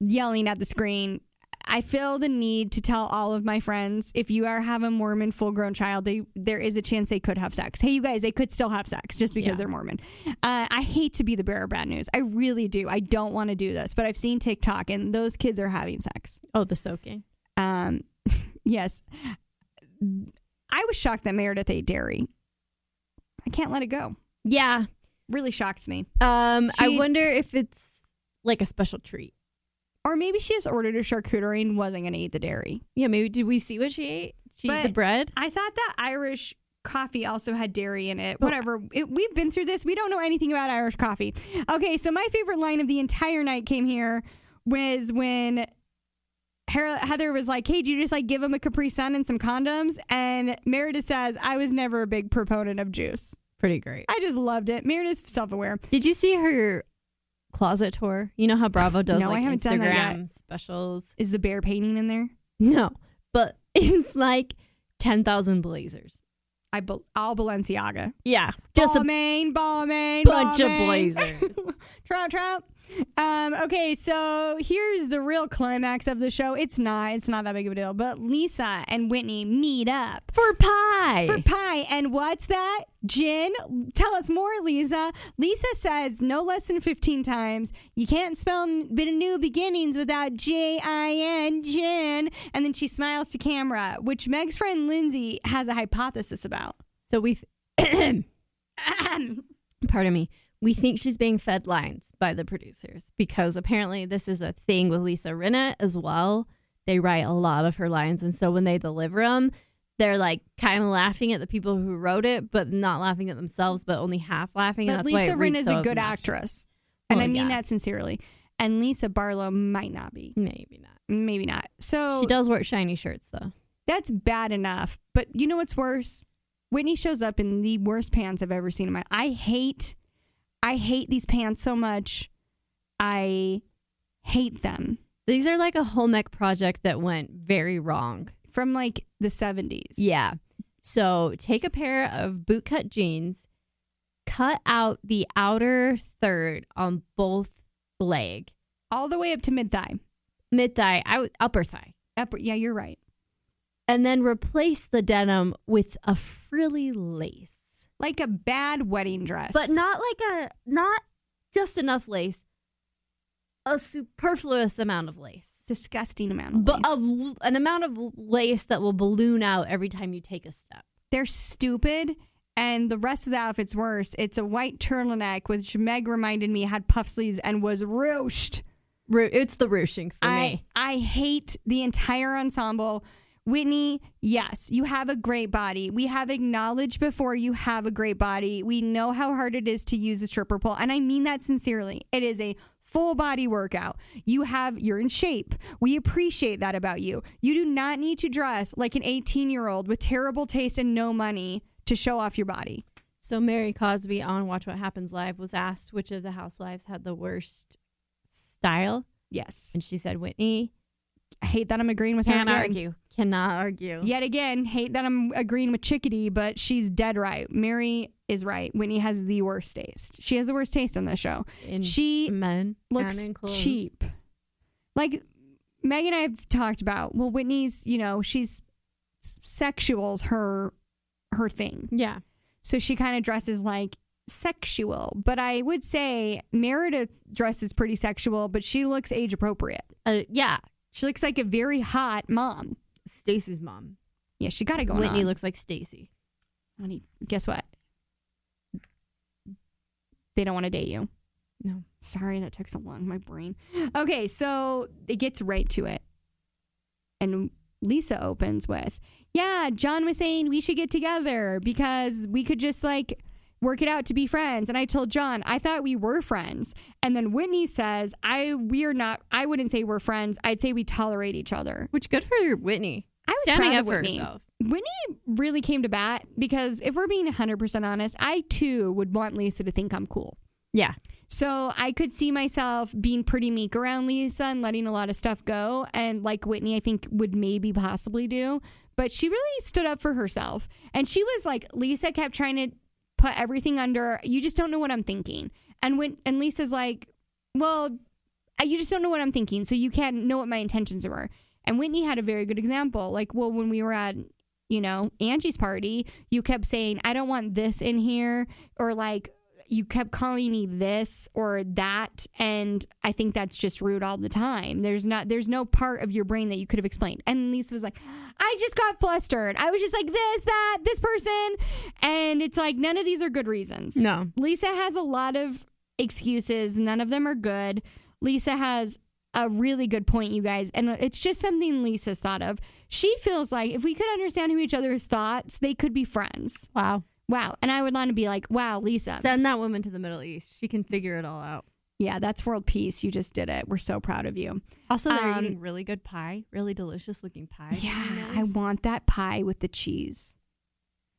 B: yelling at the screen. I feel the need to tell all of my friends if you are have a Mormon full grown child, they there is a chance they could have sex. Hey, you guys, they could still have sex just because
A: Yeah.
B: they're Mormon. Uh, I hate to be the bearer of bad news. I really do. I don't want to do this, but I've seen TikTok and those kids are having sex.
A: "Oh, the soaking."
B: Um, yes, I was shocked that Meredith ate dairy. I can't let it go.
A: Yeah.
B: Really shocked me.
A: Um, I
B: She-
A: wonder if it's like a special treat.
B: Or maybe she just ordered a charcuterie and wasn't going to eat the dairy.
A: Yeah, maybe did we see what she ate? She ate the
B: But-
A: bread.
B: I thought that Irish coffee also had dairy in it. Whatever. It, we've been through this. We don't know anything about Irish coffee. Okay, so my favorite line of the entire night came here was when Her- Heather was like, "Hey, did you just like give him a Capri Sun and some condoms?" And Meredith says, "I was never a big proponent of juice."
A: Pretty great.
B: I just loved it. Meredith's self-aware.
A: Did you see her closet tour? You know how Bravo does
B: No, I
A: like
B: haven't
A: Instagram
B: done that yet.
A: specials.
B: Is the bear painting in there?
A: No, but it's like ten thousand blazers.
B: I bel all Balenciaga.
A: Yeah, just a
B: Balmain, Balmain,
A: bunch of
B: Balmain.
A: blazers.
B: Trout, trout. Um, okay, so here's the real climax of the show. It's not. It's not that big of a deal. But Lisa and Whitney meet up
A: for pie.
B: for pie. And what's that? Gin? Tell us more, Lisa. Lisa says no less than 15 times, you can't spell n- bit of new beginnings without J I N, gin. And then she smiles to camera, which Meg's friend Lindsay has a hypothesis about.
A: so we, th- pardon me, we think she's being fed lines by the producers because apparently this is a thing with Lisa Rinna as well. They write a lot of her lines, and so when they deliver them, they're like kind of laughing at the people who wrote it, but not laughing at themselves, but only half laughing. and
B: But
A: that's why
B: Lisa
A: it reads
B: Rinna is
A: so
B: a good
A: obnoxious.
B: actress. And
A: Oh,
B: I mean
A: yeah.
B: that sincerely. And Lisa Barlow might not be.
A: Maybe not.
B: Maybe not. So
A: She does wear shiny shirts though.
B: that's bad enough. But you know what's worse? Whitney shows up in the worst pants I've ever seen in my I hate I hate these pants so much. I hate them.
A: These are like a Holmec project that went very wrong.
B: From like the 70s.
A: Yeah. So take a pair of bootcut jeans, cut out the outer third on both leg,
B: All the way up to mid thigh.
A: mid thigh, out, upper thigh,
B: Upper yeah, you're right.
A: and then replace the denim with a frilly lace,
B: Like a bad wedding dress.
A: but not like a not just enough lace, a superfluous amount of lace.
B: disgusting amount of
A: But
B: lace.
A: a, an amount of lace that will balloon out every time you take a step.
B: they're stupid. And the rest of the outfit's worse. It's a white turtleneck, which Meg reminded me had puff sleeves and was ruched.
A: Ru- It's the ruching for
B: I
A: me.
B: I hate the entire ensemble. Whitney, yes, you have a great body. We have acknowledged before you have a great body. We know how hard it is to use a stripper pole, and I mean that sincerely. It is a full body workout. You have you're in shape. We appreciate that about you. You do not need to dress like an 18-year-old with terrible taste and no money to show off your body.
A: So Mary Cosby on Watch What Happens Live was asked which of the housewives had the worst style,
B: Yes.
A: and she said Whitney.
B: I hate that I'm agreeing with
A: Can't
B: her again.
A: argue. Cannot argue.
B: Yet again, hate that I'm agreeing with Chickadee, but she's dead right. Mary is right. Whitney has the worst taste. She has the worst taste on this show.
A: In
B: She
A: men and
B: looks
A: in Mm. clothes.
B: cheap. Like Meg and I have talked about. Well, Whitney's, you know, she's sexual's her her thing.
A: Yeah,
B: So she kind of dresses like sexual. But I would say Meredith dresses pretty sexual, but she looks age appropriate.
A: uh, yeah.
B: She looks like a very hot mom.
A: Stacy's mom.
B: Yeah, she got it going
A: Whitney
B: on.
A: looks like Stacy.
B: Honey, guess what? They don't want to date you.
A: No.
B: Sorry, that took so long. My brain. Okay, so it gets right to it. And Lisa opens with, Yeah, John was saying we should get together because we could just like work it out to be friends. And I told John, I thought we were friends. And then Whitney says, I we are not I wouldn't say we're friends. I'd say we tolerate each other.
A: Which good for Whitney.
B: I was
A: Standing
B: proud
A: up
B: of
A: for
B: Whitney.
A: herself.
B: Whitney really came to bat because if we're being 100% honest, I too would want Lisa to think I'm cool.
A: Yeah.
B: So I could see myself being pretty meek around Lisa and letting a lot of stuff go. And like Whitney, I think would maybe possibly do. But she really stood up for herself. And she was like, Lisa kept trying to put everything under, you just don't know what I'm thinking. And when, and Lisa's like, well, I- you just don't know what I'm thinking. So you can't know what my intentions were. And Whitney had a very good example. Like, well, when we were at, you know, Angie's party, you kept saying, I don't want this in here. Or like,
C: you kept calling me this or that and i think that's just rude all the time there's not there's no part of your brain that you could have explained and lisa was like i just got flustered i was just like this that this person and it's like none of these are good reasons
A: No.
C: lisa has a lot of excuses none of them are good lisa has a really good point you guys and it's just something lisa's thought of she feels like if we could understand who each other's thoughts they could be friends
A: Wow.
C: wow and i would want to be like wow lisa
A: Send that woman to the Middle East. She can figure it all out.
B: Yeah, that's world peace. You just did it. We're so proud of you.
A: Also, they're
B: Um,
A: eating really good pie, really delicious looking pie.
B: Yeah,
A: Nice.
B: I want that pie with the cheese.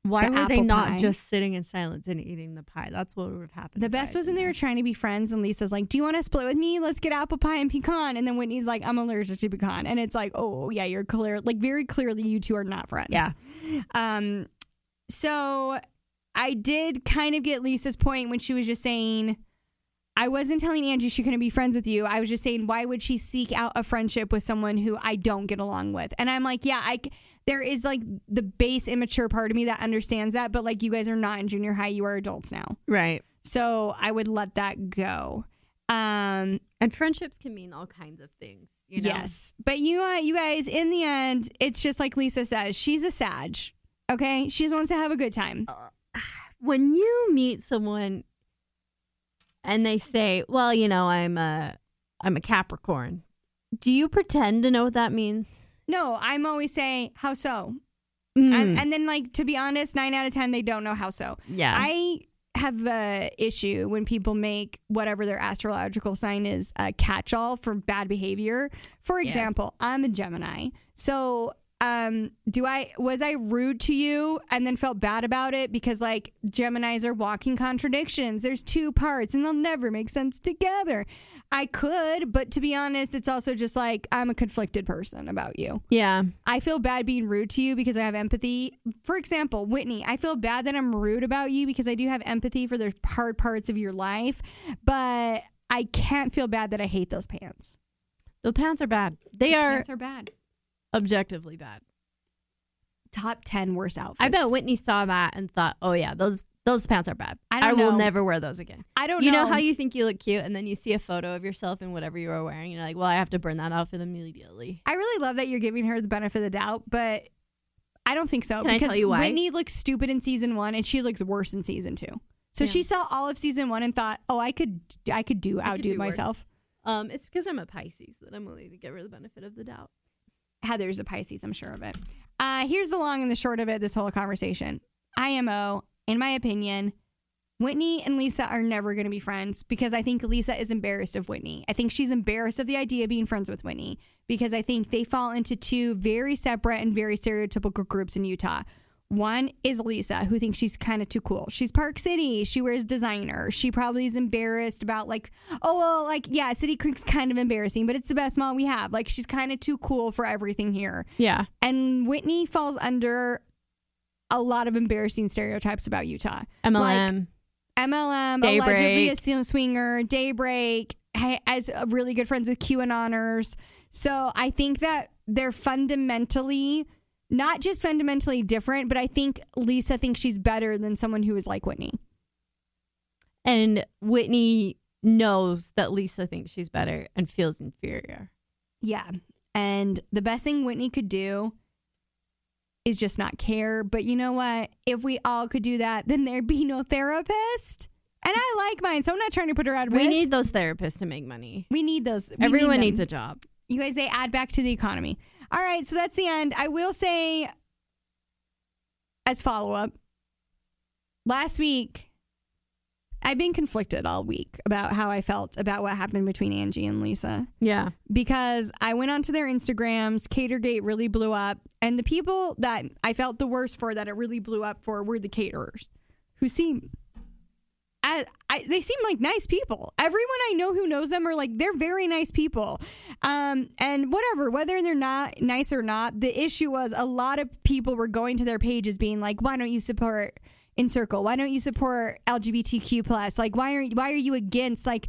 A: Why
B: the
A: were they
B: apple
A: not
B: pie.
A: just sitting in silence and eating the pie? That's what would have happened.
B: The
A: if I
B: best
A: had
B: was when
A: been
B: they were trying to be friends, and Lisa's like, "Do you want to split with me? Let's get apple pie and pecan." And then Whitney's like, "I'm allergic to pecan," and it's like, "Oh yeah, you're clear. Like very clearly, you two are not friends."
A: Yeah.
B: Um. So I did kind of get Lisa's point when she was just saying, "I wasn't telling Angie she couldn't be friends with you. I was just saying, why would she seek out a friendship with someone who I don't get along with?" And I'm like, "Yeah, I." c- There is like the base immature part of me that understands that, but like you guys are not in junior high; you are adults now.
A: Right.
B: So I would let that go. Um,
A: And friendships can mean all kinds of things. You know?
B: Yes, but you, uh, you guys, in the end, it's just like Lisa says. She's a sage. Okay, she just wants to have a good time.
A: When you meet someone and they say, "Well, you know, I'm a I'm a Capricorn." Do you pretend to know what that means?
B: No, I'm always saying how so,
A: Mm,
B: and, and then like to be honest, nine out of ten they don't know how so.
A: yeah.
B: I have a issue when people make whatever their astrological sign is a catch-all for bad behavior. For
A: Yeah.
B: example, I'm a Gemini. So, um, do I was I rude to you and then felt bad about it because like Geminis are walking contradictions. There's two parts and they'll never make sense together. I could, but to be honest, it's also just like I'm a conflicted person about you.
A: yeah.
B: I feel bad being rude to you because I have empathy. For example, Whitney, I feel bad that I'm rude about you because I do have empathy for the hard parts of your life, but I can't feel bad that I hate those pants.
A: The pants are bad. They
B: The
A: are
B: pants are bad.
A: objectively bad.
B: Top ten worst outfits.
A: I bet Whitney saw that and thought, "Oh yeah, those those pants are bad.
B: I don't
A: will
B: know.
A: never wear those again."
B: I don't
A: you
B: know.
A: know. how you think you look cute, and then you see a photo of yourself in whatever you were wearing. You're like, "Well, I have to burn that outfit immediately."
B: I really love that you're giving her the benefit of the doubt, but I don't think so
A: Can I
B: because
A: tell you why?
B: Whitney looks stupid in season one and she looks worse in season two. So
A: Yeah.
B: she saw all of season one and thought, "Oh, I could, I could do
A: I could
B: outdo
A: do worse.
B: myself."
A: Um, it's because I'm a Pisces that I'm willing to give her the benefit of the doubt.
B: Heather's a Pisces, I'm sure of it. Uh, here's the long and the short of it this whole conversation. IMO, in my opinion, Whitney and Lisa are never going to be friends because I think Lisa is embarrassed of Whitney. I think she's embarrassed of the idea of being friends with Whitney because I think they fall into two very separate and very stereotypical groups in Utah. One is Lisa, who thinks she's kind of too cool. She's Park City. She wears designer. She probably is embarrassed about, like, oh, well, like, yeah, City Creek's kind of embarrassing, but it's the best mall we have. Like, she's kind of too cool for everything here.
A: Yeah,
B: And Whitney falls under a lot of embarrassing stereotypes about Utah.
A: MLM.
B: MLM, allegedly a
A: Daybreak.
B: seal swinger, Daybreak, ha- as uh, really good friends with QAnoners. So I think that they're fundamentally, not just fundamentally different, but I think Lisa thinks she's better than someone who is like Whitney.
A: and Whitney knows that Lisa thinks she's better and feels inferior.
B: Yeah. And the best thing Whitney could do is just not care. But you know what? If we all could do that, then there'd be no therapist. And I like mine, so I'm not trying to put her out of
A: We
B: business.
A: need those therapists to make money.
B: we need those. We
A: Everyone
B: need
A: needs
B: them.
A: a job.
B: You guys, they add back to the economy. All right, so that's the end. I will say, as follow up, last week, I've been conflicted all week about how I felt about what happened between Angie and Lisa
A: Yeah,
B: because I went onto their Instagrams. Catergate really blew up, and the people that I felt the worst for that it really blew up for were the caterers, who seem, I, I they seem like nice people. Everyone I know who knows them are like they're very nice people, um, and whatever whether they're not nice or not, the issue was a lot of people were going to their pages being like, why don't you support in circle why don't you support lgbtq plus like why are why are you against like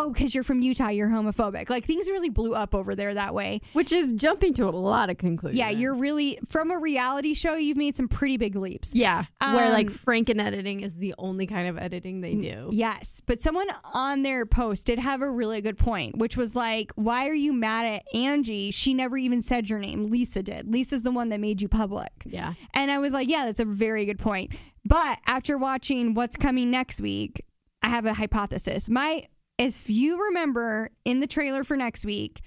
B: oh, because you're from Utah, you're homophobic. Like things really blew up over there that way.
A: Which is jumping to a lot of conclusions.
B: Yeah, you're really from a reality show. You've made some pretty big leaps.
A: Yeah, where like
B: Um,
A: Franken editing is the only kind of editing they do.
B: Yes, but someone on their post did have a really good point, which was like, why are you mad at Angie? She never even said your name. Lisa did. Lisa's the one that made you public.
A: Yeah.
B: And I was like, yeah, that's a very good point. But after watching what's coming next week, I have a hypothesis. My if you remember in the trailer for next week,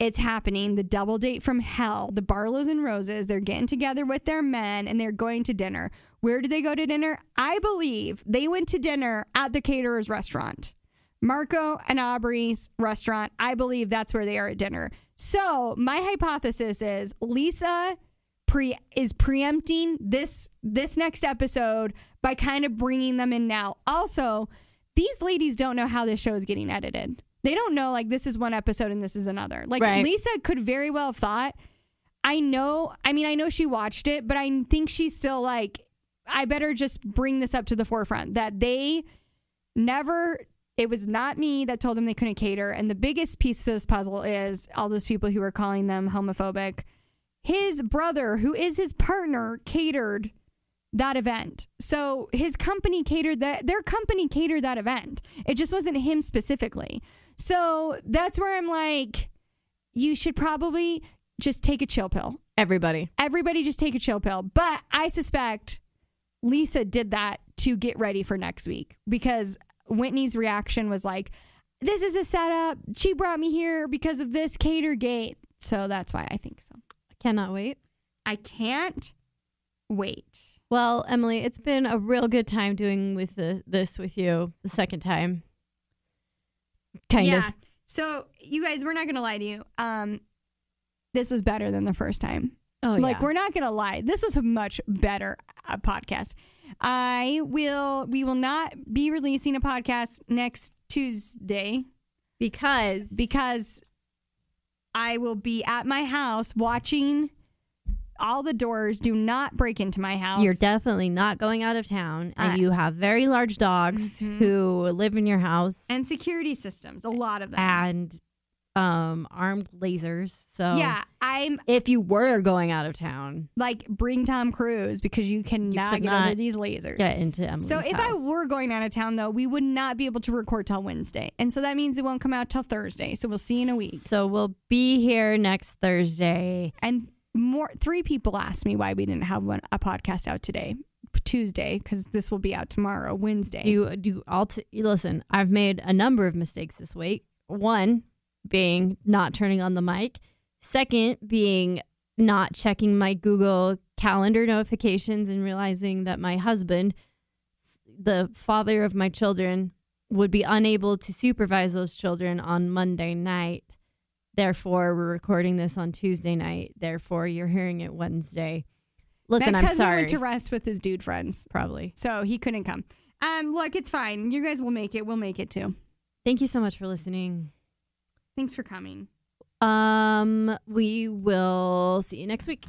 B: it's happening. The double date from hell, the Barlows and Roses, they're getting together with their men and they're going to dinner. Where do they go to dinner? I believe they went to dinner at the caterer's restaurant. Marco and Aubrey's restaurant. I believe that's where they are at dinner. So, my hypothesis is Lisa pre is preempting this this next episode by kind of bringing them in now. Also, these ladies don't know how this show is getting edited. They don't know like this is one episode and this is another. Like
A: Right.
B: Lisa could very well have thought I know, I mean I know she watched it, but I think she's still like I better just bring this up to the forefront that they never it was not me that told them they couldn't cater and the biggest piece to this puzzle is all those people who are calling them homophobic his brother who is his partner catered that event so his company catered that their company catered that event it just wasn't him specifically so that's where i'm like you should probably just take a chill pill
A: Everybody.
B: everybody just take a chill pill. But I suspect Lisa did that to get ready for next week because Whitney's reaction was like, this is a setup. She brought me here because of this cater gate. So that's why I think so.
A: Cannot wait.
B: I can't wait.
A: Well, Emily, it's been a real good time doing with the, this with you the second time. Kind
B: yeah.
A: of.
B: So you guys, we're not gonna lie to you. Um, this was better than the first time.
A: Oh,
B: like
A: yeah.
B: we're not gonna lie this was a much better uh, podcast i will we will not be releasing a podcast next tuesday
A: because
B: because i will be at my house watching all the doors do not break into my house
A: you're definitely not going out of town and
B: I- Mm-hmm.
A: you have very large dogs who live in your house
B: and security systems a lot of them
A: and um armed lasers. So
B: yeah i'm
A: if you were going out of town,
B: like bring tom cruise because you cannot
A: could
B: get
A: not
B: over these lasers
A: get into Emily's
B: So if
A: house.
B: I were going out of town though, we would not be able to record till Wednesday. And so that means it won't come out till Thursday. So we'll see you in a week.
A: So we'll be here next Thursday.
B: And more three people asked me why we didn't have one, a podcast out today, Tuesday, cuz this will be out tomorrow, Wednesday.
A: Do do all t- listen, I've made a number of mistakes this week. One being not turning on the mic. Second being not checking my Google calendar notifications and realizing that my husband, the father of my children, would be unable to supervise those children on Monday night. Therefore, we're recording this on Tuesday night. Therefore, you're hearing it Wednesday. Listen,
B: Max
A: I'm
B: husband
A: sorry.
B: went to rest with his dude friends.
A: Probably.
B: So he couldn't come. Um look, it's fine. You guys will make it. We'll make it too.
A: Thank you so much for listening.
B: Thanks for coming.
A: Um, we will see you next week.